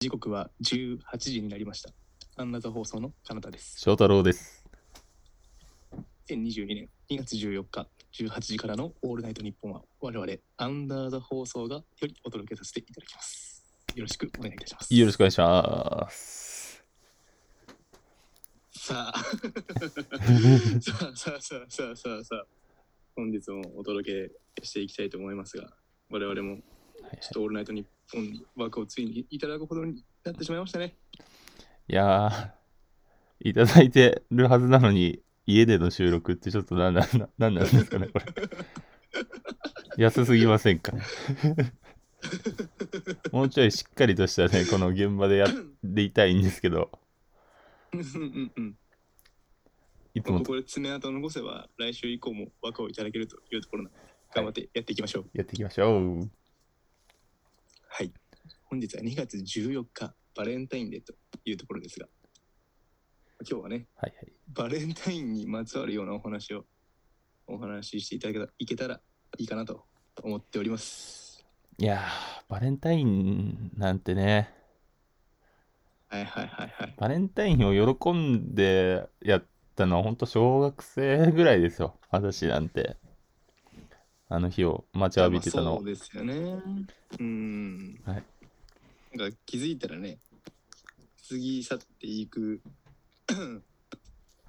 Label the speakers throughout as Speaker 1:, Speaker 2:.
Speaker 1: 時刻は18時になりました。アンナザ放送のカナタです。
Speaker 2: 翔太郎です。
Speaker 1: 2022年2月14日18時からのオールナイトニッポンは我々アンダーザ放送がよりお届けさせていただきます。よろしくお願いいたします。
Speaker 2: よろしくお願いします。
Speaker 1: さ あ、さあさあさあさあさあさあ、本日もお届けしていきたいと思いますが、我々も
Speaker 2: はいはい
Speaker 1: ちょっとオールナイトニッポンに枠をついにいただくほどになってしまいましたね。
Speaker 2: いやー、いただいてるはずなのに、家での収録ってちょっとなんなんなんなんですかね、これ。安すぎませんかもうちょいしっかりとしたね、この現場でやっていたいんですけど、
Speaker 1: うんうんうん
Speaker 2: いつ
Speaker 1: こ
Speaker 2: もと
Speaker 1: こで爪痕を残せば来週以降も枠をいただけるというところなので頑張ってやっていきましょう
Speaker 2: やっていきましょう。
Speaker 1: はい、本日は2月14日バレンタインデーというところですが今日はね
Speaker 2: はいはい。
Speaker 1: バレンタインにまつわるようなお話をお話ししていただけたいけたらいいかなと思っております
Speaker 2: いやー、バレンタインなんてね、
Speaker 1: はいはいはいはい
Speaker 2: バレンタインを喜んでやったのは本当小学生ぐらいですよ。私なんて。あの日を待ちわびてた
Speaker 1: まあ
Speaker 2: の
Speaker 1: そう。ですよねうん
Speaker 2: はい
Speaker 1: なんか気づいたらね過ぎ去っていく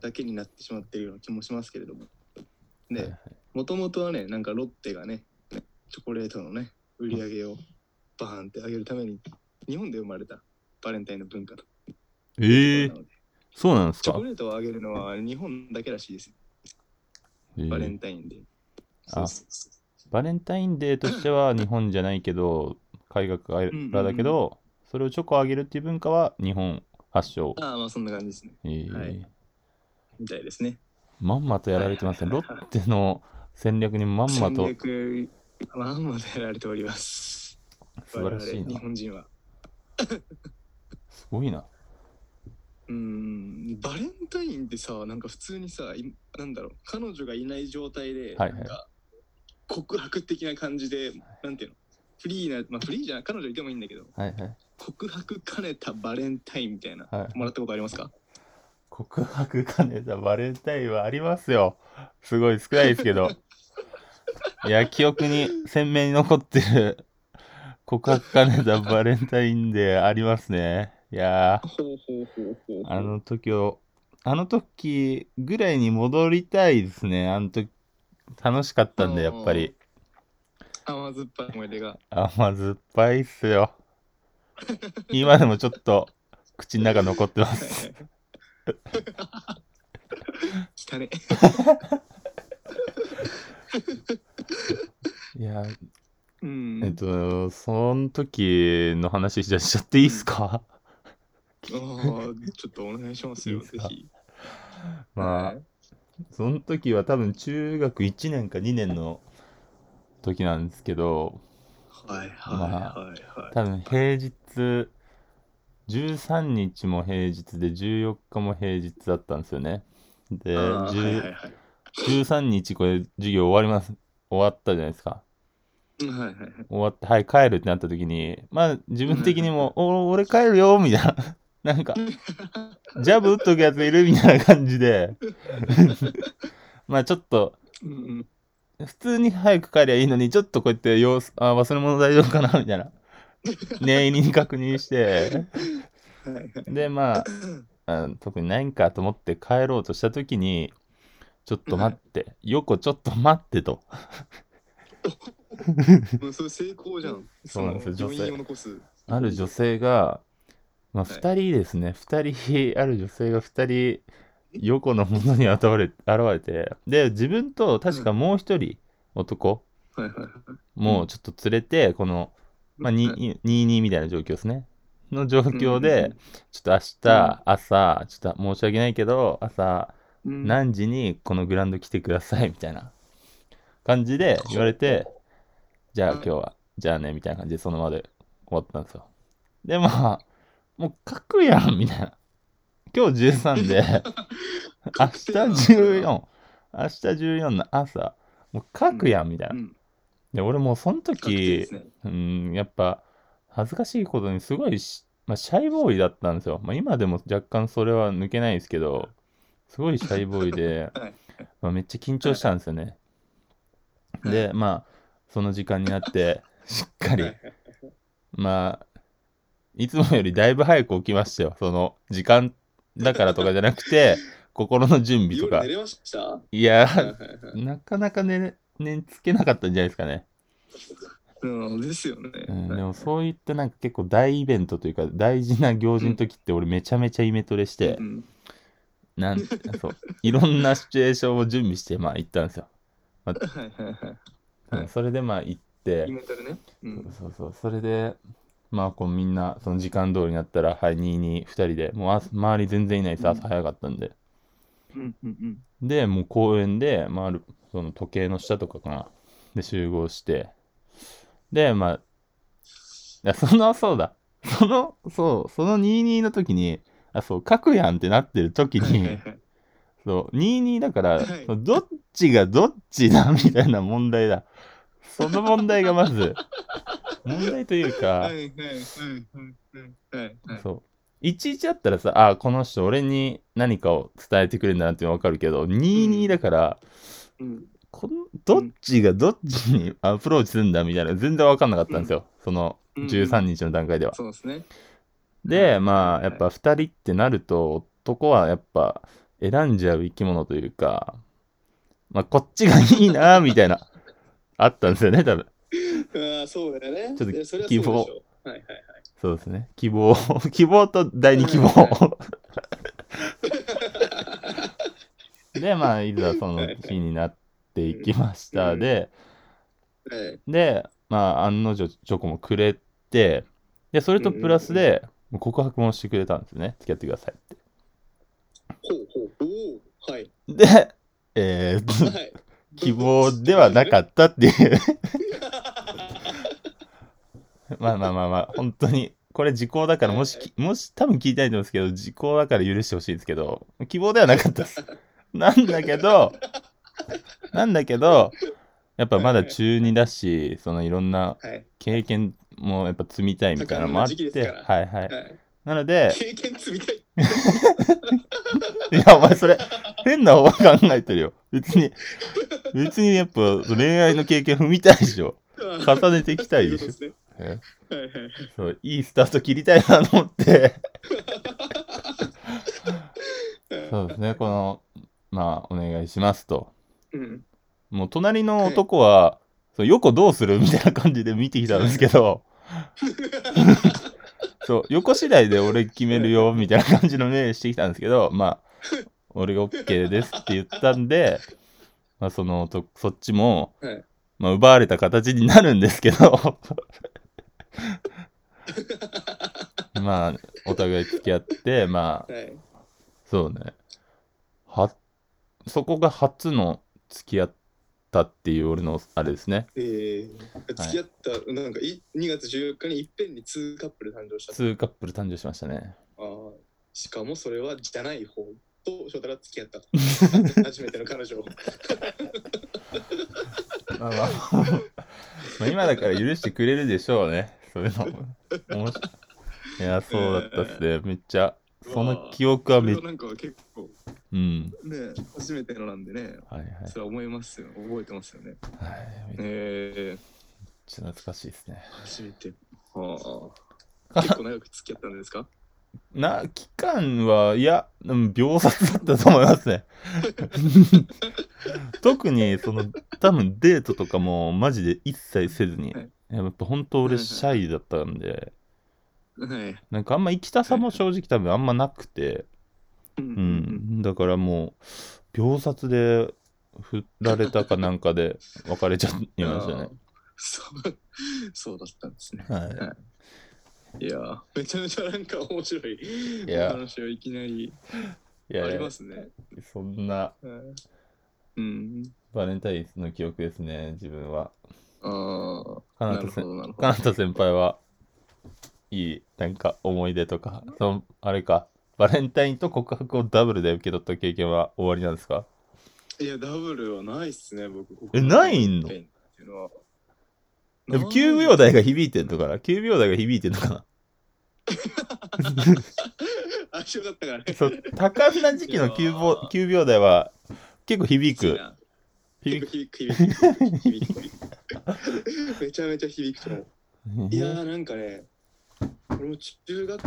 Speaker 1: だけになってしまっているような気もしますけれども
Speaker 2: はいは
Speaker 1: ね
Speaker 2: い
Speaker 1: もともとはねなんかロッテがねチョコレートのね売り上げをバーンって上げるために日本で生まれたバレンタインの文化と
Speaker 2: ええ
Speaker 1: なので
Speaker 2: そうなんです
Speaker 1: チョ
Speaker 2: か
Speaker 1: コレートを上げるのは日本だけらしいですよ
Speaker 2: ええ
Speaker 1: バレンタインで、
Speaker 2: あ
Speaker 1: そうそうそう
Speaker 2: バレンタインデーとしては日本じゃないけど、海外からだけど、それをチョコあげるっていう文化は日本発祥。
Speaker 1: ああまあそんな感じですね
Speaker 2: ええ
Speaker 1: はいみたいですね
Speaker 2: まんまとやられてますね。
Speaker 1: は
Speaker 2: ロ
Speaker 1: いはいはい
Speaker 2: ッテの戦略にまんま
Speaker 1: 戦
Speaker 2: と
Speaker 1: 略まんまとやられております。
Speaker 2: 素晴らしい
Speaker 1: 我々日
Speaker 2: な。
Speaker 1: 本人は。
Speaker 2: すごいな。
Speaker 1: うーん、バレンタインってさ、なんか普通にさ、いなんだろう、彼女がいない状態で、
Speaker 2: はいはい
Speaker 1: なんか告白的な感じで、なんていうの、フリーな、まあフリーじゃない、彼女いてもいいんだけど、
Speaker 2: はいはい。
Speaker 1: 告白兼ねたバレンタインみたいな、
Speaker 2: はい
Speaker 1: もらったことありますか
Speaker 2: 告白兼ねたバレンタインはありますよ。すごい少ないですけど。いや、記憶に鮮明に残ってる告白兼ねたバレンタインでありますね。いや
Speaker 1: ほうほうほうほうほう。
Speaker 2: ー、あの時を、あの時ぐらいに戻りたいですね。あの時、楽しかったんで、やっぱり。
Speaker 1: 甘酸っぱい思い出 が。
Speaker 2: 甘酸っぱいっすよ。今でもちょっと口の中残ってま
Speaker 1: はいは
Speaker 2: す
Speaker 1: い。汚ね。
Speaker 2: いやー、
Speaker 1: うん。
Speaker 2: えっと、その時の話じゃあしちゃっていいですか、
Speaker 1: ああ、ちょっとお願いしますよ、
Speaker 2: いいです
Speaker 1: ぜ
Speaker 2: か
Speaker 1: ひ。
Speaker 2: まあ、その時は多分中学1年か2年の時なんですけど、
Speaker 1: はいはいはいはい。
Speaker 2: 多分平日、13日も平日で14日も平日だったんですよね。で、
Speaker 1: あーはいはい
Speaker 2: 10
Speaker 1: はい
Speaker 2: 13日これ授業終わります。終わったじゃないですか。
Speaker 1: うんはいはいはい。
Speaker 2: 終わって、はい、帰るってなった時に、まあ自分的にも、お俺帰るよ、みたいな。 なんか、ジャブ打っとくやついるみたいな感じで。 まあちょっと、
Speaker 1: うんうん
Speaker 2: 普通に早く帰りゃいいのに、ちょっとこうやって様子、あ、忘れ物大丈夫かなみたいな。念入りに確認して。
Speaker 1: はいはい
Speaker 2: で、まあ、あ特にないんかと思って帰ろうとした時に、ちょっと待って、よこちょっと待ってと。
Speaker 1: もうそれ成功じゃん。
Speaker 2: そうなんですよ
Speaker 1: その
Speaker 2: 女性
Speaker 1: 余韻を残す。
Speaker 2: ある女性が、まあ、
Speaker 1: はい
Speaker 2: 2人ですね、2人、ある女性が2人、横のものに現れ現れて、で、自分と確かもう1人、男
Speaker 1: はいはいはい。
Speaker 2: もうちょっと連れて、この、まあ、
Speaker 1: はい
Speaker 2: 2、2みたいな状況ですね。の状況
Speaker 1: うんうん
Speaker 2: で、ちょっと明日、朝、ちょっと申し訳ないけど、朝、
Speaker 1: うん
Speaker 2: 何時にこのグラウンド来てください、みたいな感じで言われて、じゃあ
Speaker 1: うん
Speaker 2: 今日は、じゃあね、みたいな感じでその場で終わったんですよ。で、まあ、もう書くやん、みたいな。今日13で、 明日
Speaker 1: 確定なんだ
Speaker 2: 14、明日14の朝、もう書くやん、みたいな
Speaker 1: う。ん
Speaker 2: で、俺もうその
Speaker 1: 確定で
Speaker 2: 時
Speaker 1: す、ね
Speaker 2: うん、やっぱ、恥ずかしいことにすごいし、まあ、シャイボーイだったんですよ。まあ、今でも若干それは抜けないですけど、すごいシャイボーイ で
Speaker 1: はい、
Speaker 2: まあ、めっちゃ緊張したんですよね。
Speaker 1: はい
Speaker 2: で、まあ、その時間に なって、しっかり、まあ、いつもよりだいぶ早く起きましたよ。その、時間だからとかじゃなく て、心の準備と
Speaker 1: 夜
Speaker 2: か
Speaker 1: 寝。れましたはい
Speaker 2: や、
Speaker 1: いはいはい
Speaker 2: なかなか寝、寝つけなかったんじゃないですかね。
Speaker 1: うん、ですよね。
Speaker 2: うん、で
Speaker 1: はい
Speaker 2: もそういったなんか結構大イベントというか大事な行事の時って俺めちゃめちゃイメトレして
Speaker 1: う、ん
Speaker 2: なんそういろんなシチュエーションを準備してまあ行ったんですよ。
Speaker 1: はいはいはい。
Speaker 2: うんそれでまあ行って
Speaker 1: イ、メトレね。うん。
Speaker 2: そうそうそれでまあこうみんなその時間通りになったらはい222人でもう朝周り全然いないです
Speaker 1: うん
Speaker 2: 朝早かったんで。
Speaker 1: うんうんうん。
Speaker 2: でもう公園で、まあ、あるその時計の下とかかなで集合してでまあいやそのそうだそのそうその22の時にあそう書くやんってなってる時
Speaker 1: はい
Speaker 2: に、
Speaker 1: はいはい
Speaker 2: そう22だから、
Speaker 1: はい
Speaker 2: そのどっちがどっちだみたいな問題だその問題がまず問題というか、
Speaker 1: はいはいはいはいはいはい。
Speaker 2: そう11だったらさあこの人俺に何かを伝えてくれるんだなって分かるけど22だから、
Speaker 1: うん
Speaker 2: このどっちがどっちにアプローチするんだみたいな全然分かんなかったんですよ、その
Speaker 1: うん
Speaker 2: 13日の段階では。
Speaker 1: そうですね。
Speaker 2: で
Speaker 1: うん
Speaker 2: まあやっぱ2人ってなると男はやっぱ選んじゃう生き物というか、まあ、こっちがいいなみたいなあったんですよね多分
Speaker 1: ああ、そうだよね。
Speaker 2: ちょっと
Speaker 1: いやそれはそうでし
Speaker 2: 希
Speaker 1: ょう。はいはいはい。
Speaker 2: そうですね希望 希望と第二希望
Speaker 1: はいは
Speaker 2: でまあいざその日になっていきましたで
Speaker 1: はい
Speaker 2: で、まあ、案の定チョコもくれて、で、それとプラスで、告白もしてくれたんですよね。付き合ってくださいって。
Speaker 1: ほうほうほう。はい。
Speaker 2: で、えー と
Speaker 1: はい。
Speaker 2: 希望ではなか
Speaker 1: っ
Speaker 2: ったっていう。
Speaker 1: た。
Speaker 2: まあまあまあまあ、本当に。これ時効だから、もしき、もし、多分聞いたいと思うんですけど、時効だから許してほしいんですけど、希望ではなかった です。なんだけど、なんだけど、やっぱまだ中2だし、そのいろんな
Speaker 1: はい。
Speaker 2: 経験もやっぱ積みたいみたいなのもあって、
Speaker 1: 多感な時期ですか
Speaker 2: はいはい。
Speaker 1: はい。
Speaker 2: なので、
Speaker 1: 経験積みたい。
Speaker 2: いや、お前それ、変な方が考えてるよ。別に、別にやっぱ恋愛の経験踏みたいでしょ。 重ねていきたいで しょ。
Speaker 1: ょ。
Speaker 2: え
Speaker 1: はいはいはい。
Speaker 2: そう、いいスタート切りたいなと思って。そうですね、この、まあ、お願いしますと。
Speaker 1: うん。
Speaker 2: もう、隣の男は、そう、横どうするみたいな感じで見てきたんです けど、そう、横次第で俺決めるよ、みたいな感じの目してきたんですけど、まあ、俺が OK ですって言ったんで、まあ、その男、そっちも、
Speaker 1: はい
Speaker 2: まあ、奪われた形になるんです けど、まあ、お互い付き合って、まあ、
Speaker 1: はい。
Speaker 2: そうね。は、そこが初の付き合ったっていう俺の、あれですね。
Speaker 1: えー、付き合った、なんかい2月14日にいっぺんに2カップル誕生した
Speaker 2: 2カップル誕生しましたね。
Speaker 1: あーしかもそれはじゃない方と翔太が付き合った 初めての彼女を
Speaker 2: まあまあ、 まあ今だから許してくれるでしょうね。そういうのも。面白いいや、そうだったっすね。めっちゃ、その記憶は
Speaker 1: そ
Speaker 2: め
Speaker 1: れ
Speaker 2: っ
Speaker 1: はなんか結構
Speaker 2: うん。
Speaker 1: ね初めてのなんでね
Speaker 2: はいはい。はい
Speaker 1: それは思いますよ覚えてますよね
Speaker 2: めっち
Speaker 1: え
Speaker 2: ゃ懐かしいですね。
Speaker 1: ー、初めてはあ結構長く付き合ったんですか
Speaker 2: な、期間は、いや、うん秒殺だったと思いま すね。特に、その、多分デートとかも、マジで一切せずに
Speaker 1: はい。
Speaker 2: やっぱ本当
Speaker 1: は
Speaker 2: 俺
Speaker 1: いはい
Speaker 2: シャイだったんで、
Speaker 1: はい
Speaker 2: なんかあんま生きたさも正直多分あんまなくて、
Speaker 1: う
Speaker 2: うんん、だからもう秒殺で振られたかなんかで別れちゃいましたね。
Speaker 1: そうそうだったんですね
Speaker 2: はい
Speaker 1: やーめちゃめちゃなんか面白い
Speaker 2: いや
Speaker 1: お話をいきなり
Speaker 2: い、い
Speaker 1: あ
Speaker 2: や
Speaker 1: りますね
Speaker 2: そんな
Speaker 1: うんうん
Speaker 2: バレンタインの記憶ですね自分は。
Speaker 1: ああ
Speaker 2: かな
Speaker 1: なる
Speaker 2: た
Speaker 1: ほ
Speaker 2: せ
Speaker 1: どなるほ
Speaker 2: か
Speaker 1: ど
Speaker 2: なた先輩はいいなんか思い出とかそのあれかバレンタインと告白をダブルで受け取った経験は終わりなんですか
Speaker 1: いや、ダブルはないっすね、僕。
Speaker 2: えないんの
Speaker 1: っていうのは
Speaker 2: でも9秒台が響いてんのかな9秒台が響いてんのかな
Speaker 1: あ、しよかったからね。
Speaker 2: そう多感な時期の9秒 ,9 秒台は結構響
Speaker 1: そう
Speaker 2: く
Speaker 1: やな
Speaker 2: 響く
Speaker 1: 響く響く響く響く めちゃめちゃ響くと思ういやーなんかね俺も中学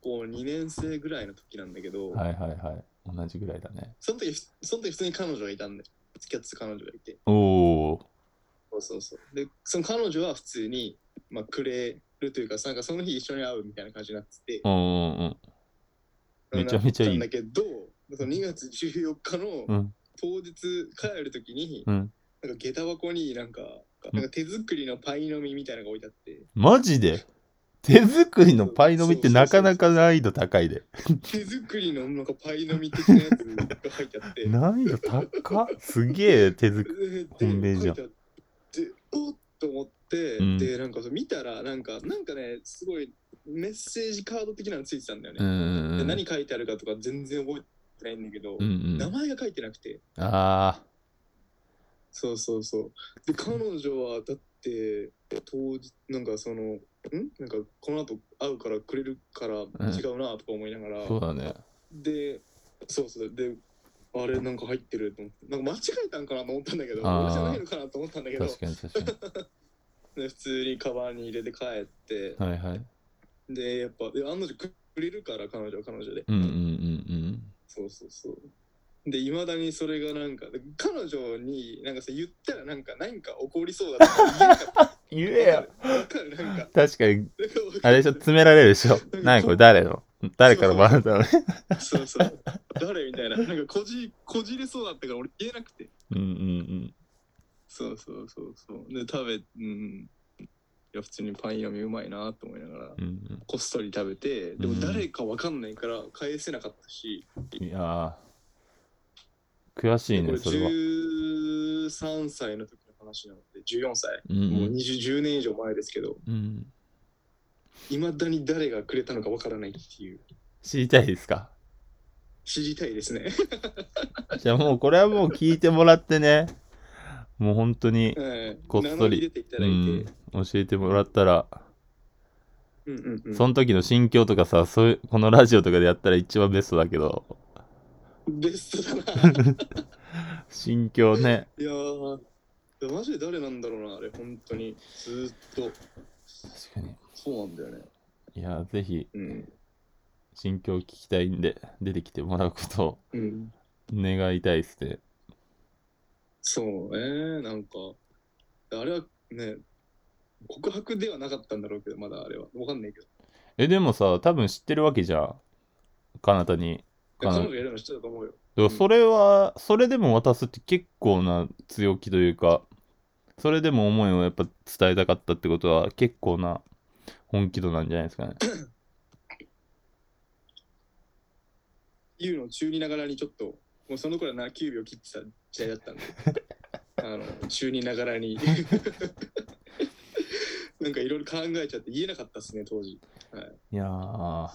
Speaker 1: 校2年生ぐらいの時なんだけど、
Speaker 2: はいはいはい同じぐらいだね
Speaker 1: その時その時普通に彼女がいたんだよ付き合ってた彼女がいて
Speaker 2: おお
Speaker 1: そうそうそうでその彼女は普通に、まあ、くれるというかなんかその日一緒に会うみたいな感じになってて、
Speaker 2: うんうんうんめちゃめちゃいい
Speaker 1: なったんだけどその2月14日の
Speaker 2: うん
Speaker 1: 当日帰る時に、
Speaker 2: うん
Speaker 1: なんか下駄箱になんか
Speaker 2: うん
Speaker 1: なんか手作りのパイの実みたいなのが置いてあって、
Speaker 2: マジで手作りのパイの実ってなかなか難易度高いで
Speaker 1: 手作りのなんかパイの実的なやつが入ってあ って
Speaker 2: 難易度高っすげえ手作り
Speaker 1: で
Speaker 2: 本命じゃん
Speaker 1: 書いてあっておっと思って、
Speaker 2: うん
Speaker 1: でなんかそう見たらなんかなんかねすごいメッセージカード的なのついてたんだよ
Speaker 2: う
Speaker 1: ね、
Speaker 2: ん
Speaker 1: で
Speaker 2: うん
Speaker 1: 何書いてあるかとか全然覚えてないんだけど、
Speaker 2: うん
Speaker 1: 名前が書いてなくて
Speaker 2: ああ
Speaker 1: そうそうそうで彼女はだって当日なんかそのんなんかこの後会うからくれるから違うなとか思いながら、
Speaker 2: そうだね
Speaker 1: で、そうそう、で、あれなんか入ってると思って、なんか間違えたんかなと思ったんだけど、
Speaker 2: あー
Speaker 1: 俺じゃないのかなと思ったんだけど、
Speaker 2: 確かに確か
Speaker 1: で普通にカバンに入れて帰って、
Speaker 2: にはいはい
Speaker 1: で、やっぱ、で、案の定くれるから、彼女は彼女で。
Speaker 2: うんうんうん
Speaker 1: そうそうそう。で、いまだにそれがなんか、で彼女になんかさ、言ったらなんか、何か起こりそうだとか
Speaker 2: うん言
Speaker 1: 言えなかった。わかる、なんか。
Speaker 2: 確かに
Speaker 1: なんかわかる
Speaker 2: あれでしょ詰められる でしょ何これ誰の誰からもら ったのね
Speaker 1: そうそう。誰みたいな。なんかこじ、こじれそうだったから、俺言えなくて。
Speaker 2: うんうん
Speaker 1: そうそうそうそう。で、食べ、うん。いや、普通にパン読みうまいなと思いながら、
Speaker 2: うんうん
Speaker 1: こっそり食べて、で
Speaker 2: う
Speaker 1: も
Speaker 2: ん
Speaker 1: 誰かわかんないから返せなかったし、
Speaker 2: うんいやー悔しい
Speaker 1: こ
Speaker 2: ね
Speaker 1: れ
Speaker 2: それは
Speaker 1: 13歳の時の話なので、14歳、
Speaker 2: うん
Speaker 1: もう20 10年以上前ですけど、
Speaker 2: うんうん
Speaker 1: いまだに誰がくれたのかわからないっていう、
Speaker 2: 知りたいですか
Speaker 1: 知りたいです ね。
Speaker 2: じゃあもうこれはもう聞いてもらってねもう本当に
Speaker 1: はい
Speaker 2: こっそ
Speaker 1: 名
Speaker 2: り
Speaker 1: 乗り出ていただ
Speaker 2: う
Speaker 1: いて、
Speaker 2: ん教えてもらったら
Speaker 1: うんうんうん
Speaker 2: その時の心境とかさそういうこのラジオとかでやったら一番ベストだけど
Speaker 1: ベストだな。
Speaker 2: 心境ね
Speaker 1: いやー、いやマジで誰なんだろうな、あれ、本当に、ずーっと。
Speaker 2: 確かに
Speaker 1: そうなんだよね。
Speaker 2: いやーぜひ
Speaker 1: うん。
Speaker 2: 心境聞きたいんで出てきてもらうことを
Speaker 1: うん。
Speaker 2: 願いたいですね
Speaker 1: そうね、なんか、あれはね、告白ではなかったんだろうけど、まだあれは。わかんないけど。
Speaker 2: えでもさ多分知ってるわけじゃん彼方に
Speaker 1: 彼
Speaker 2: 彼
Speaker 1: 女
Speaker 2: 女
Speaker 1: がやるの知ってたと思うよ。
Speaker 2: だからそれはそれでも渡すって結構な強気というかそれでも思いをやっぱ伝えたかったってことは結構な本気度なんじゃないですかね
Speaker 1: 言うのを中二ながらにちょっと、もうその頃はな9秒切ってた時代だ ったんで、あの、中二ながらに。なんかいろいろ考えちゃって言えなかったっすね、当時。
Speaker 2: いやー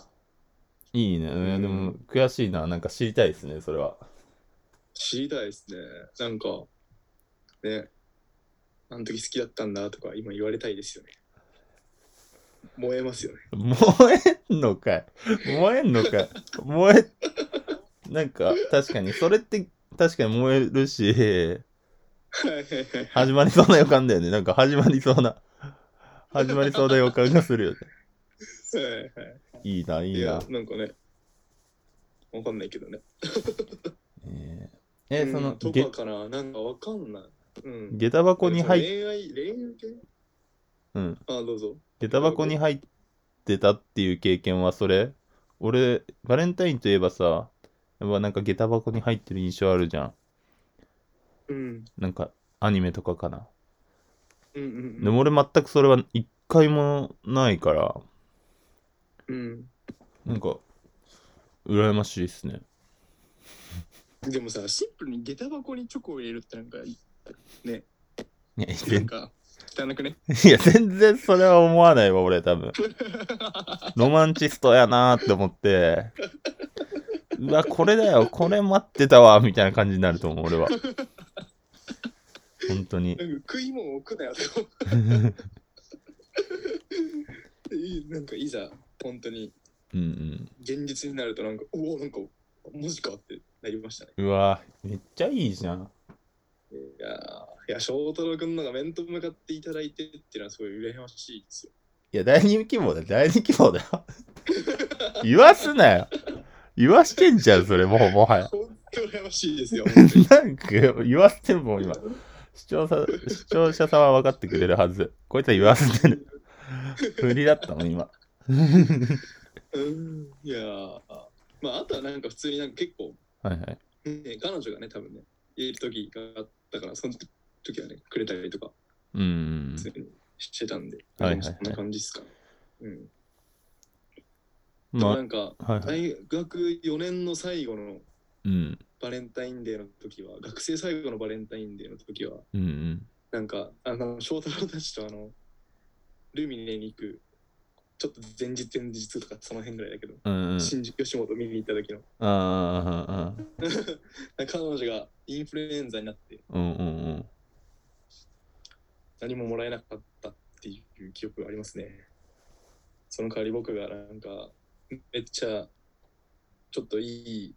Speaker 2: いいねいや
Speaker 1: うん
Speaker 2: でも悔しいななんか知りたいですねそれは
Speaker 1: 知りたいですね。なんか、ね、あの時好きだったんだとか今言われたいですよね。燃えますよ ね。
Speaker 2: 燃えんのかい燃えんのかい燃えなんか確かにそれって確かに燃えるし
Speaker 1: はいはいはい。
Speaker 2: 始まりそうな予感だよねなんか始まりそうな始まりそうな予感がするよね
Speaker 1: はいはい
Speaker 2: いいない
Speaker 1: い
Speaker 2: い
Speaker 1: やな
Speaker 2: な、
Speaker 1: んかね、わかんないけどね。
Speaker 2: えーえ
Speaker 1: うん
Speaker 2: その
Speaker 1: と
Speaker 2: げ
Speaker 1: かかな、なんかわかんない。うん。
Speaker 2: 下駄箱に入っ
Speaker 1: 恋愛、恋愛系
Speaker 2: うん
Speaker 1: あ、どうぞ。
Speaker 2: 下駄箱に入ってたっていう経験はそれ俺バレンタインといえばさやっぱなんか下駄箱に入ってる印象あるじゃん
Speaker 1: うん。
Speaker 2: なんかアニメとかかな
Speaker 1: うんうん。
Speaker 2: でも、俺全くそれは一回もないから
Speaker 1: うん。
Speaker 2: なんか羨ましいですね
Speaker 1: でもさ、シンプルに下駄箱にチョコを入れるってなんか、
Speaker 2: いや
Speaker 1: なん
Speaker 2: 全
Speaker 1: か、汚くね。
Speaker 2: いや全然それは思わないわ俺多分ロマンチストやなーって思ってうわこれだよこれ待ってたわみたいな感じになると思う俺は本 当に
Speaker 1: なんか食い物を置くなよとか思ういいなんかいざ本当に
Speaker 2: うんうん。
Speaker 1: 現実になるとなんか、うお、なんか、文字かってなりましたね。
Speaker 2: うわ、めっちゃいいじゃん。
Speaker 1: いやーいや、翔太郎君のが面と向かっていただいてっていうのはすごい羨ましいですよ。
Speaker 2: いや、第二希望だよ、第二希望だよ。言わすなよ。言わしてんじゃん、それ、もう、もはや。
Speaker 1: 本当羨ましいですよ。
Speaker 2: なんか、言わせてるも ん、今。視聴者、視聴者さんは分かってくれるはず。こいつは言わせてる。振りだったもん、今。
Speaker 1: うん、いやーまあ、あとはなんか普通になんか結構、
Speaker 2: はいはい。
Speaker 1: ね、彼女がね、多分ね、いる時があったから、その時はね、くれたりとか
Speaker 2: うんうん。
Speaker 1: 普通にしてたんで、
Speaker 2: はいはいはい
Speaker 1: そんな感じですかね。うん。でもな
Speaker 2: ま
Speaker 1: んか、
Speaker 2: あ、はいはい。
Speaker 1: 大学4年の最後の
Speaker 2: うん。
Speaker 1: バレンタインデーの時は、学生最後のバレンタインデーの時は、
Speaker 2: うんうん。
Speaker 1: なんか、あの、翔太郎たちとあの、ルミネに行く、ちょっと前日前日とかその辺ぐらいだけど、
Speaker 2: うんうん。
Speaker 1: 新宿吉本見に行った時の、
Speaker 2: ああ、
Speaker 1: 彼女がインフルエンザになって
Speaker 2: うんうん
Speaker 1: 何ももらえなかったっていう記憶がありますね。その代わり僕がなんか、めっちゃ、ちょっといい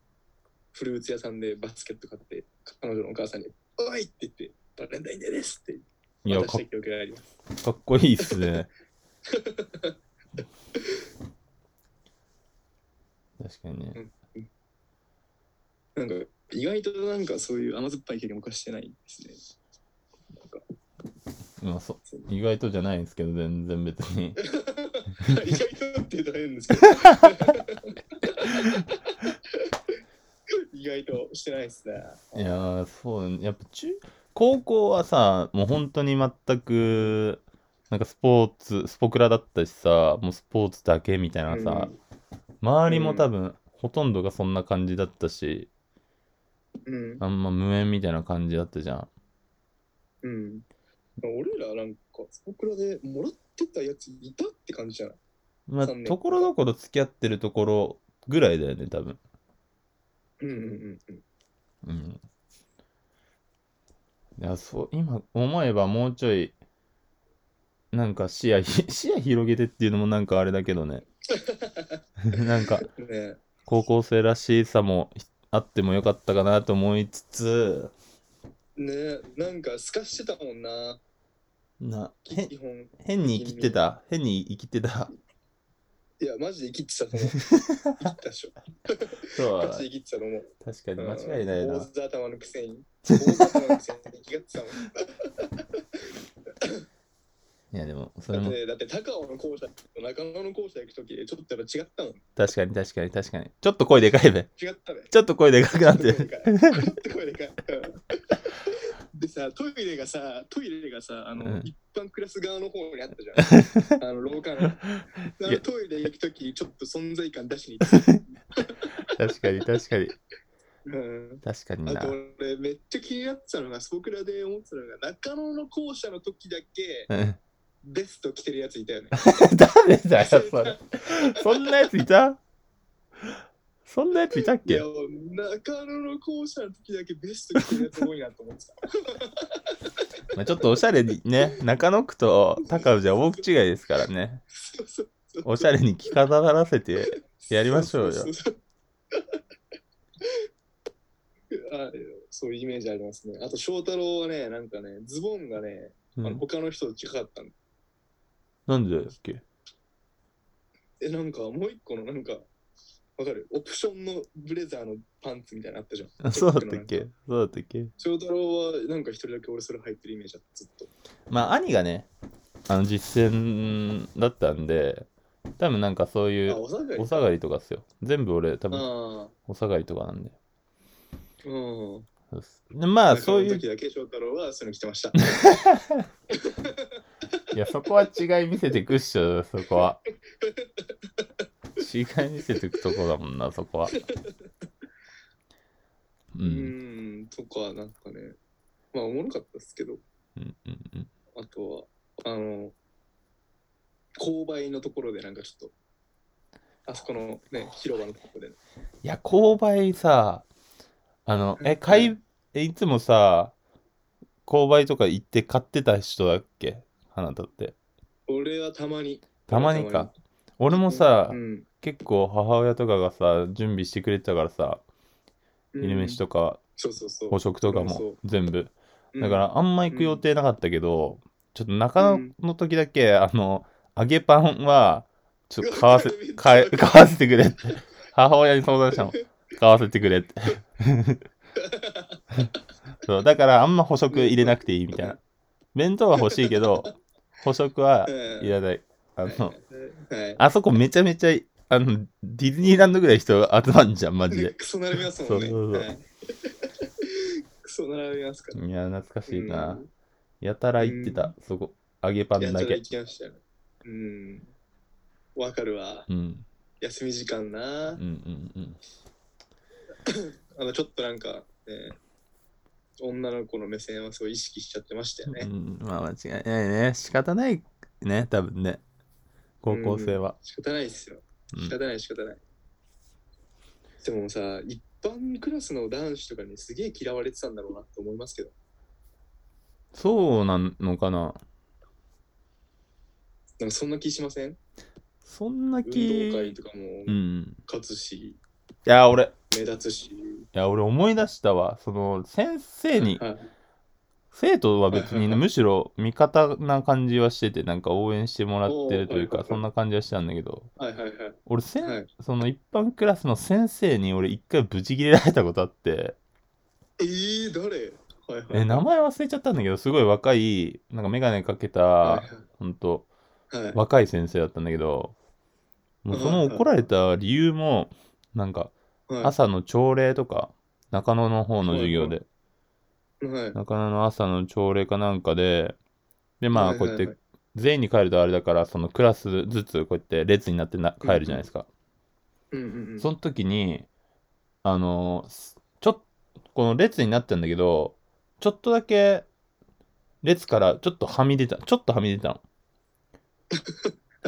Speaker 1: フルーツ屋さんでバスケット買って、彼女のお母さんに、おいって言って、バレンタインデーですって
Speaker 2: うん。いや、
Speaker 1: 渡し
Speaker 2: か
Speaker 1: た記憶があります。
Speaker 2: かっこいいっすね。確かにね。
Speaker 1: なんか意外となんかそういう甘酸っぱい経験僕はしてないですね。なんか
Speaker 2: まあ、そ
Speaker 1: そう
Speaker 2: 意外とじゃないんですけど、全然別に。
Speaker 1: 意外とって言うと変ですけど。意外としてないですね。
Speaker 2: いやー、そうね、やっぱ中、高校はさ、もう本当に全く、なんかスポーツ、スポクラだったしさ、もうスポーツだけみたいなさ、周りも多分、ほとんどがそんな感じだったし、
Speaker 1: うん、うん
Speaker 2: あんま無縁みたいな感じだったじゃん。
Speaker 1: うん。俺らなんか、そこらでもらってたやついたって感じじゃない
Speaker 2: まあ、
Speaker 1: そうね
Speaker 2: ところどころ付き合ってるところぐらいだよね、多分。
Speaker 1: うんうんうんうん。
Speaker 2: うん。いや、そう、今思えばもうちょい、なんか視野 ひ、視野広げてっていうのもなんかあれだけどね。 なんか、
Speaker 1: ね
Speaker 2: 高校生らしさもあってもよかったかなと思いつつ、
Speaker 1: ねなんか透かしてたもんな、
Speaker 2: な、へ
Speaker 1: 基本。
Speaker 2: 変に生きてた。変に生きてた。
Speaker 1: いや、マジで生きてた と思う。生きてたでしょ。
Speaker 2: そう
Speaker 1: ガ
Speaker 2: は
Speaker 1: チ、で生きてたと思う。
Speaker 2: 確かに間違いない
Speaker 1: うん
Speaker 2: な
Speaker 1: 坊。主頭のくせに。 坊主頭のくせに気がつたもん。
Speaker 2: いや、でも、それ
Speaker 1: だっ
Speaker 2: も、
Speaker 1: て、だって高尾の校舎と中野の校舎行くときでちょっとやっぱ違ったもん。
Speaker 2: 確かに確かに確かに。ちょっと声でかいべ。
Speaker 1: 違ったね。
Speaker 2: ちょっと声でかくなってる。
Speaker 1: 声でかい。でさ、トイレがさ、トイレがさ、あの、
Speaker 2: うん
Speaker 1: 一般クラス側の方にあった じゃん。あの廊下の。あのトイレ行くとき、ちょっと存在感出しに行ってた。
Speaker 2: 確かに確かに。
Speaker 1: うん
Speaker 2: 確かに
Speaker 1: あ
Speaker 2: な
Speaker 1: と。俺めっちゃ気になってたのがスポクラで思ってたのが中野の校舎の時だけ
Speaker 2: うん
Speaker 1: ベスト着てるやついたよね。
Speaker 2: 誰だよ、 それ。そんなやついたそんなやついたっ
Speaker 1: い
Speaker 2: け
Speaker 1: や中野の校舎の時だけベスト着てるやつ多いなと思ってた。
Speaker 2: まあ、ちょっとおしゃれにね、中野区と高尾じゃ大違いですからね。
Speaker 1: そうそうそう
Speaker 2: おしゃれに着飾らせて、やりましょうよ
Speaker 1: そそそう あそういうイメージありますね。あと、翔太郎はね、なんかね、ズボンがね、
Speaker 2: う
Speaker 1: あの
Speaker 2: ん、
Speaker 1: 他の人と近かったの。
Speaker 2: なんでだっけ
Speaker 1: え、なんかもう一個のなんか、わかるオプションのブレザーのパンツみたいなのあったじゃん。
Speaker 2: あそうだったっけそうだったっけ
Speaker 1: 翔太郎はなんか一人だけ俺それ入ってるイメージだった、ずっと。
Speaker 2: まあ、兄がね、あの、実践だったんで、多分なんかそうい
Speaker 1: あ、
Speaker 2: う、
Speaker 1: お下がり
Speaker 2: お下がりとかっすよ。全部俺、多分
Speaker 1: ああ、
Speaker 2: お下がりとかなんで。
Speaker 1: うん。
Speaker 2: そうっすでまあ、
Speaker 1: 中
Speaker 2: そ
Speaker 1: 野
Speaker 2: う
Speaker 1: の
Speaker 2: いう
Speaker 1: 時だけ翔太郎はそれ着てました。
Speaker 2: いや、そこは違い見せてくっしょ、そこは。違い見せてくとこだもんな、そこは。う。
Speaker 1: うんん、とか、なんかね、まあおもろかったですけど。
Speaker 2: うんうんうん。
Speaker 1: あとは、あの、勾配のところでなんかちょっと、あそこのね、広場のところで、
Speaker 2: いや、勾配さ、あの、え、買い、えいつもさ、購買とか行って買ってた人だっけ花田って。
Speaker 1: 俺はたまに。
Speaker 2: たまにか。俺もさ
Speaker 1: う、ん。
Speaker 2: 結構母親とかがさ準備してくれてたからさ昼飯
Speaker 1: と
Speaker 2: とか
Speaker 1: そうそうそう
Speaker 2: 補食とか
Speaker 1: うんそ
Speaker 2: も
Speaker 1: う
Speaker 2: 全部
Speaker 1: うん
Speaker 2: だからあんま行く予定なかったけど、ちょっと中野の時だけ、あの揚げパンはちょっと買 わせ買え買わせてくれって母親に相談したの買わせてくれって そうだからあんま補食入れなくていいみたいな弁当は欲しい けど補食は
Speaker 1: うん
Speaker 2: いらないあ
Speaker 1: はい
Speaker 2: の
Speaker 1: はい
Speaker 2: あそこめちゃめちゃあのディズニーランドぐらい人集まんじゃんマジ で
Speaker 1: クソ並びますもんね。
Speaker 2: そうそうそう
Speaker 1: はい クソ並びますから。
Speaker 2: いや懐かしいな、
Speaker 1: うん
Speaker 2: やたら行ってた、
Speaker 1: うん
Speaker 2: そこ揚げパン
Speaker 1: や
Speaker 2: だ
Speaker 1: たら
Speaker 2: け
Speaker 1: 行きましたよ。うん。わかるわ。
Speaker 2: うん
Speaker 1: 休み時間
Speaker 2: う
Speaker 1: な。
Speaker 2: んうんうん
Speaker 1: あの、ちょっとなんか、ね、女の子の目線はすごい意識しちゃってましたよね。
Speaker 2: うん、まあ間違いないね。仕方ないね、多分ね。高校生は。
Speaker 1: 仕方ないですよ。
Speaker 2: うん
Speaker 1: 仕方ない仕方ない。でもさ、一般クラスの男子とかにすげえ嫌われてたんだろうなと思いますけど。
Speaker 2: そうなのかな
Speaker 1: なんかそんな気しません
Speaker 2: そんな
Speaker 1: 運動会
Speaker 2: 気。
Speaker 1: とかも
Speaker 2: うん。
Speaker 1: 勝つし、
Speaker 2: いや、俺、い
Speaker 1: 目立つし。
Speaker 2: や、俺思い出したわ。その、先生に、
Speaker 1: はい
Speaker 2: 生徒は別
Speaker 1: はいは
Speaker 2: に
Speaker 1: い
Speaker 2: ね、
Speaker 1: はい
Speaker 2: むしろ味方な感じはしてて、なんか応援してもらってるという
Speaker 1: お
Speaker 2: か
Speaker 1: ーはいはいは、い
Speaker 2: そんな感じはしてたんだけど、
Speaker 1: はいはいはい。
Speaker 2: 俺、せん
Speaker 1: はい
Speaker 2: その一般クラスの先生に俺一回ブチ切れられたことあって、
Speaker 1: えー、誰はいはい。
Speaker 2: え、名前忘れちゃったんだけど、すごい若い、なんかメガネかけた
Speaker 1: は、
Speaker 2: ほんと、
Speaker 1: いはい。はい
Speaker 2: 若い先生だったんだけど、もうその
Speaker 1: うんうん
Speaker 2: 怒られた理由も、なんか
Speaker 1: はい
Speaker 2: 朝の朝礼とか、中野の方の授業
Speaker 1: は
Speaker 2: で、
Speaker 1: はい
Speaker 2: 中野の朝の朝礼かなんかで、で、まあ
Speaker 1: はい
Speaker 2: こ
Speaker 1: は
Speaker 2: う
Speaker 1: い
Speaker 2: や
Speaker 1: は
Speaker 2: っ
Speaker 1: い
Speaker 2: て、全員に帰るとあれだから、そのクラスずつこうやって列になってな帰るじゃないですか。
Speaker 1: うんうんうん。
Speaker 2: その時に、あの、すちょっこの列になってんだけど、ちょっとだけ、列からちょっとはみ出た、ちょっとはみ出たの。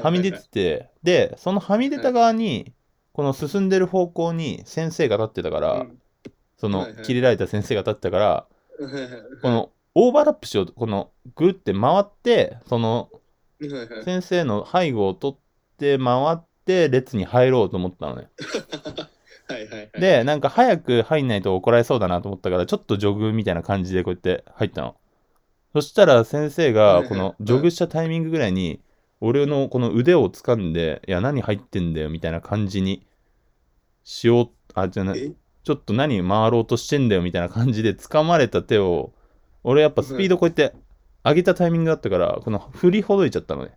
Speaker 2: はみ出てて、で、そのはみ出た側に、この進んでる方向に先生が立ってたか
Speaker 1: は
Speaker 2: ら
Speaker 1: い、
Speaker 2: その
Speaker 1: はいはい
Speaker 2: 切れられた先生が立ってたから、
Speaker 1: はいはいはい
Speaker 2: このオーバーラップしようと、このぐるって回って、その
Speaker 1: はいはい
Speaker 2: 先生の背後を取って回って列に入ろうと思ったのね。
Speaker 1: はいはいはい。
Speaker 2: で、なんか早く入んないと怒られそうだなと思ったから、ちょっとジョグみたいな感じでこうやって入ったの。そしたら先生
Speaker 1: はい
Speaker 2: が、
Speaker 1: はい
Speaker 2: このジョグしたタイミングぐらいに、俺のこの腕を掴んで、いや、何入ってんだよみたいな感じにしよう、あ、じゃない
Speaker 1: え、
Speaker 2: ちょっと何回ろうとしてんだよみたいな感じで掴まれた手を、俺やっぱスピードこうやって上げたタイミングだったから、この振りほどいちゃったのね。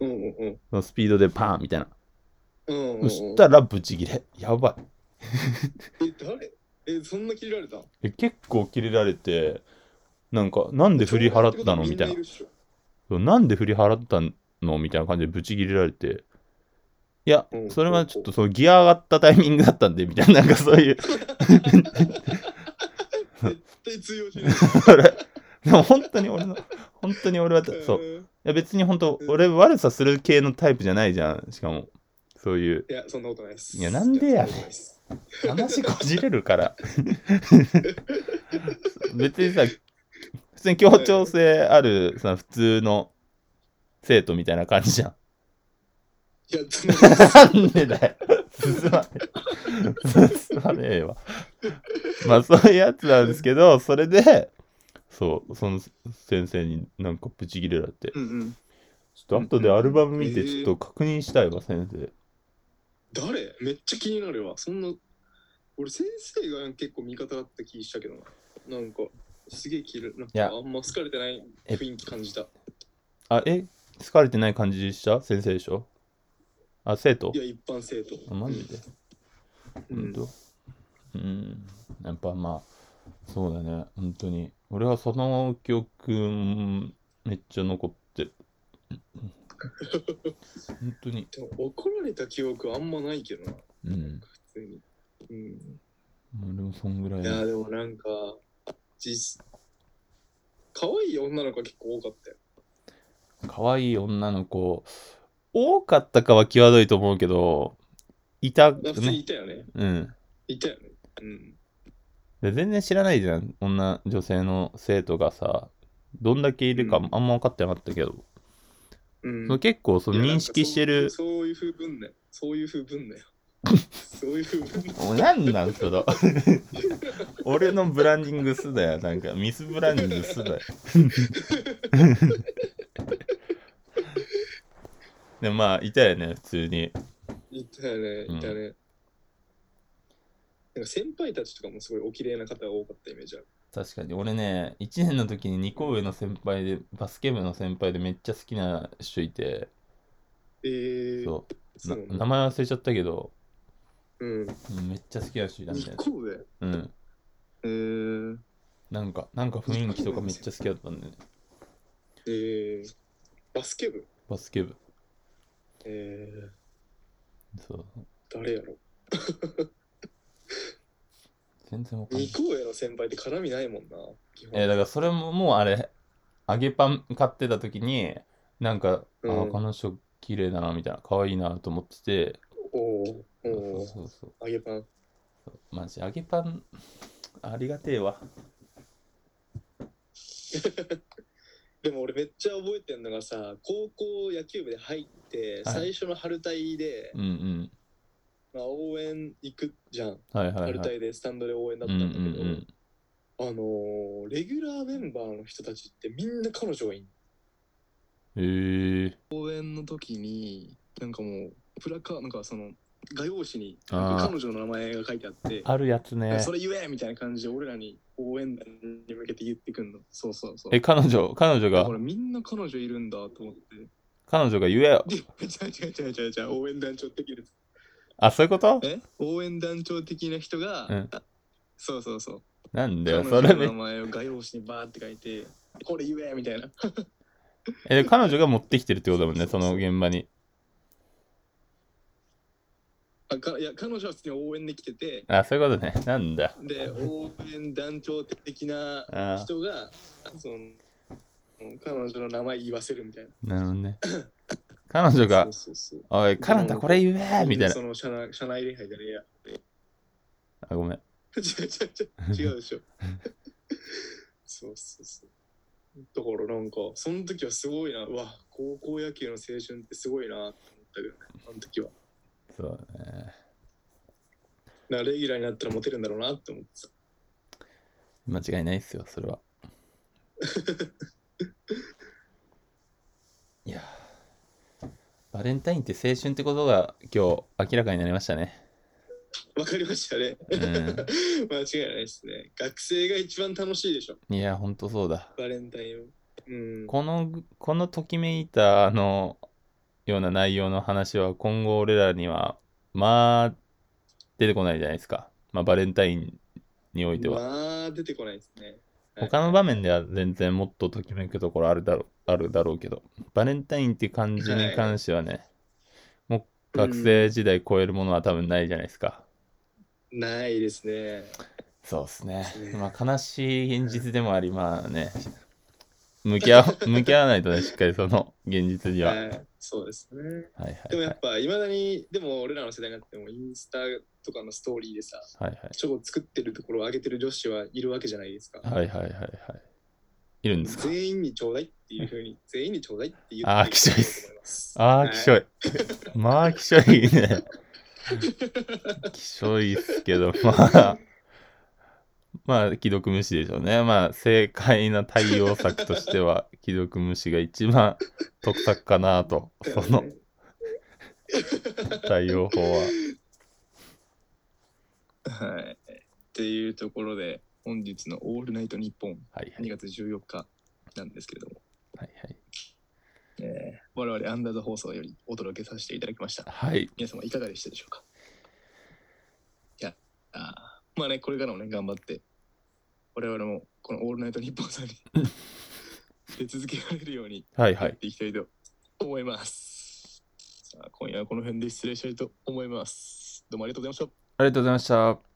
Speaker 1: うんうんうん
Speaker 2: そのスピードでパーンみたいな。
Speaker 1: うんうんうん。
Speaker 2: そしたらブチギレ。やばい。
Speaker 1: え、誰え、そんな切れられた
Speaker 2: え結構キレられてなんかなんで振り払ったのみたいなそうなんで振り払ったのみたいな感じでブチギレられていや
Speaker 1: うん
Speaker 2: それはちょっとそのギア上がったタイミングだったんでみたいななんかそう いう
Speaker 1: 絶対通用しない。
Speaker 2: それでも本当に俺の本当に俺は そうい
Speaker 1: うん。
Speaker 2: や別に本当
Speaker 1: うん
Speaker 2: 俺悪さする系のタイプじゃないじゃんしかもそういう
Speaker 1: いや、そんなことないです。
Speaker 2: いやなんでやねん
Speaker 1: そなことないっす
Speaker 2: 話こじれるから 別にさ普通に協調性あるさ普通の生徒みたいな感じじゃん
Speaker 1: いや、そんなことないっす
Speaker 2: なんでだよ進まねえ進まねえわまあそういうやつなんですけどそれでそうその先生になんかブチギレられて
Speaker 1: うん うん。
Speaker 2: ちょっと後でアルバム見て
Speaker 1: うんうん
Speaker 2: ちょっと確認したいわ先生
Speaker 1: 誰めっちゃ気になるわ。そんな、俺先生が結構味方だった気したけどな。なんか、すげえ切れ、なん
Speaker 2: いや
Speaker 1: かあんま好かれてない雰囲気感じた。
Speaker 2: あえ疲れてない感じした先生でしょあ生徒
Speaker 1: いや、一般生徒。
Speaker 2: あマジで
Speaker 1: う
Speaker 2: うん
Speaker 1: ん。
Speaker 2: と、うん、やっぱまあそうだね本当に俺はその記憶うんめっちゃ残ってる本当に
Speaker 1: でも怒られた記憶あんまないけどな、
Speaker 2: うん
Speaker 1: 普通に。うん、
Speaker 2: 俺もそんぐらい
Speaker 1: い
Speaker 2: だ
Speaker 1: や、でもなんか、実、可愛い女の子が結構多かったよ。
Speaker 2: 可愛い女の子多かったかは際どいと思うけどいた
Speaker 1: まあ普通に
Speaker 2: ね
Speaker 1: いたよね。
Speaker 2: うん
Speaker 1: いたよね。うん。
Speaker 2: で全然知らないじゃん女女性の生徒がさどんだけいるか
Speaker 1: うん
Speaker 2: あんま分かってなかったけど、
Speaker 1: うん
Speaker 2: そう結構そ
Speaker 1: い
Speaker 2: の
Speaker 1: やなん
Speaker 2: 認
Speaker 1: か
Speaker 2: 識してる。
Speaker 1: そうそういう風分ねそういう風分ね そういう風分ね
Speaker 2: おなんなんその 俺のブランディングすだよ。なんかミスブランディングす だよ。でもまあ、いたよね、普通に。
Speaker 1: いたよね
Speaker 2: うん
Speaker 1: いたね、なんか先輩たちとかもすごいお綺麗な方が多かったイメージある
Speaker 2: 確かに俺ね1年の時に2校上の先輩でバスケ部の先輩でめっちゃ好きな人いて
Speaker 1: えー、
Speaker 2: そ
Speaker 1: そう
Speaker 2: うな
Speaker 1: なん
Speaker 2: 名
Speaker 1: だ
Speaker 2: 前忘れちゃったけど
Speaker 1: うん
Speaker 2: うんめっちゃ好きな人いたんだ
Speaker 1: 2
Speaker 2: よ、
Speaker 1: 個上
Speaker 2: うん、
Speaker 1: えー、
Speaker 2: なんかなんか雰囲気とかめっちゃ好きだったんだよね
Speaker 1: えー、バスケ部
Speaker 2: バスケ部
Speaker 1: えー、
Speaker 2: そう
Speaker 1: 誰やろ
Speaker 2: 全然わかんない
Speaker 1: 二個上の先輩って絡みないもんな基本
Speaker 2: えーだからそれももうあれ揚げパン買ってた時になんか、
Speaker 1: うん
Speaker 2: あこの人綺麗だなみたいな可愛いなと思ってて
Speaker 1: おー
Speaker 2: そう
Speaker 1: おー
Speaker 2: そうそう
Speaker 1: 揚げパン
Speaker 2: マジ揚げパンありがてえわ
Speaker 1: でも俺めっちゃ覚えてんのがさ高校野球部で入って
Speaker 2: はい
Speaker 1: 最初の春隊で、
Speaker 2: うんうん
Speaker 1: まあ、応援行くじゃん
Speaker 2: はいはい
Speaker 1: 春
Speaker 2: はい
Speaker 1: 隊でスタンドで応援だっ
Speaker 2: う
Speaker 1: た
Speaker 2: んうん
Speaker 1: んだけど、
Speaker 2: うん
Speaker 1: あのーレギュラーメンバーの人たちってみんな彼女がいん
Speaker 2: へえ
Speaker 1: 応援の時になんかもうプラカなんかその画用紙に
Speaker 2: あー
Speaker 1: 彼女の名前が書いてあって
Speaker 2: あるやつね
Speaker 1: それ言えみたいな感じで俺らに応援団に向けて言ってくんのそうそうそう
Speaker 2: え彼女彼
Speaker 1: だ
Speaker 2: 女
Speaker 1: から
Speaker 2: が
Speaker 1: みんな彼女いるんだと思って
Speaker 2: 彼女が言えよ
Speaker 1: で、違う違う違う違う違う、応援団長的です。
Speaker 2: あそういうこと
Speaker 1: え応援団長的な人が、
Speaker 2: うん
Speaker 1: そうそうそう。
Speaker 2: なんだよ
Speaker 1: 彼
Speaker 2: そ
Speaker 1: 女
Speaker 2: れ
Speaker 1: の
Speaker 2: め
Speaker 1: 名前を画用紙にバーって書いて、これ言えみたいな。
Speaker 2: え彼女が持ってきてるってことだもんねその現場に
Speaker 1: あかいや彼女は普通に応援で来てて、
Speaker 2: あそういうことねなんだ
Speaker 1: で、応援団長的な
Speaker 2: あ
Speaker 1: 人が、その、彼女の名前言わせるみたいな。
Speaker 2: ーなるほど ね彼女が
Speaker 1: そうそうそう
Speaker 2: 「おい彼方これ言え!」みたいな
Speaker 1: その社内社内礼拝じゃねえや。
Speaker 2: あごめん
Speaker 1: 違う違う違う違うでしょそうそうそうだからなんかその時はすごいなうわ高校野球の青春ってすごいなと思ったけどねあの時は
Speaker 2: そうね
Speaker 1: だからレギュラーになったらモテるんだろうなって思ってた
Speaker 2: 間違いないっすよそれはいやバレンタインって青春ってことが今日明らかになりましたね
Speaker 1: わかりましたね 間
Speaker 2: う
Speaker 1: 違いないですね学生が一番楽しいでしょ
Speaker 2: んいやほんとそうだ
Speaker 1: バレンタインをうん
Speaker 2: この、このときめいた、あの、ような内容の話は、今後俺らには、まあ、出てこないじゃないですか。まあ、バレンタインにおいては。
Speaker 1: まあ出てこないですねはい
Speaker 2: 他の場面では全然もっとときめくところあるだろう、あるだろうけど、バレンタインっていう感じに関してはね、もう学生時代超えるものは多分ないじゃないですか。
Speaker 1: ないですね
Speaker 2: そうですね
Speaker 1: です。ね
Speaker 2: まあ、悲しい現実でもあり、まあね、向き合わ、 向き合わないとね、しっかりその現実には。はい
Speaker 1: はいそうですね
Speaker 2: はい
Speaker 1: でも
Speaker 2: は
Speaker 1: や
Speaker 2: い
Speaker 1: っ。ぱいまだにでも俺らの世代になってもインスタとかのストーリーでさ
Speaker 2: はいはい。
Speaker 1: チョコ作ってるところを上げてる女子はいるわけじゃないですか。
Speaker 2: はいはいはいはい。いるんですか
Speaker 1: 全員にちょうだいっていうふうに、全員にちょうだいって言って
Speaker 2: あーきしょいっ
Speaker 1: と
Speaker 2: す
Speaker 1: 思います。
Speaker 2: ああ、きしょ
Speaker 1: い。
Speaker 2: い。まあ、きしょいね。きしょいっすけど、まあ、まあ、既読無視でしょうね。まあ、正解な対応策としては、既読無視が一番得策かなと、その対応法は。
Speaker 1: はい。っていうところで、本日のオールナイトニッポン、
Speaker 2: はいはい。
Speaker 1: 2月14日なんですけれども、
Speaker 2: はいはい。
Speaker 1: えー我々アンダーザ放送よりお届けさせていただきました。
Speaker 2: はい。
Speaker 1: 皆様いかがでしたでしょうかいや、あーまあね、これからもね、頑張って、我々もこのオールナイトニッポンさんに 出続けられるように
Speaker 2: はいは
Speaker 1: やっ
Speaker 2: い。
Speaker 1: ていきたいと思います。さあ、今夜はこの辺で失礼したいと思います。どうもありがとうございました。
Speaker 2: ありがとうございました。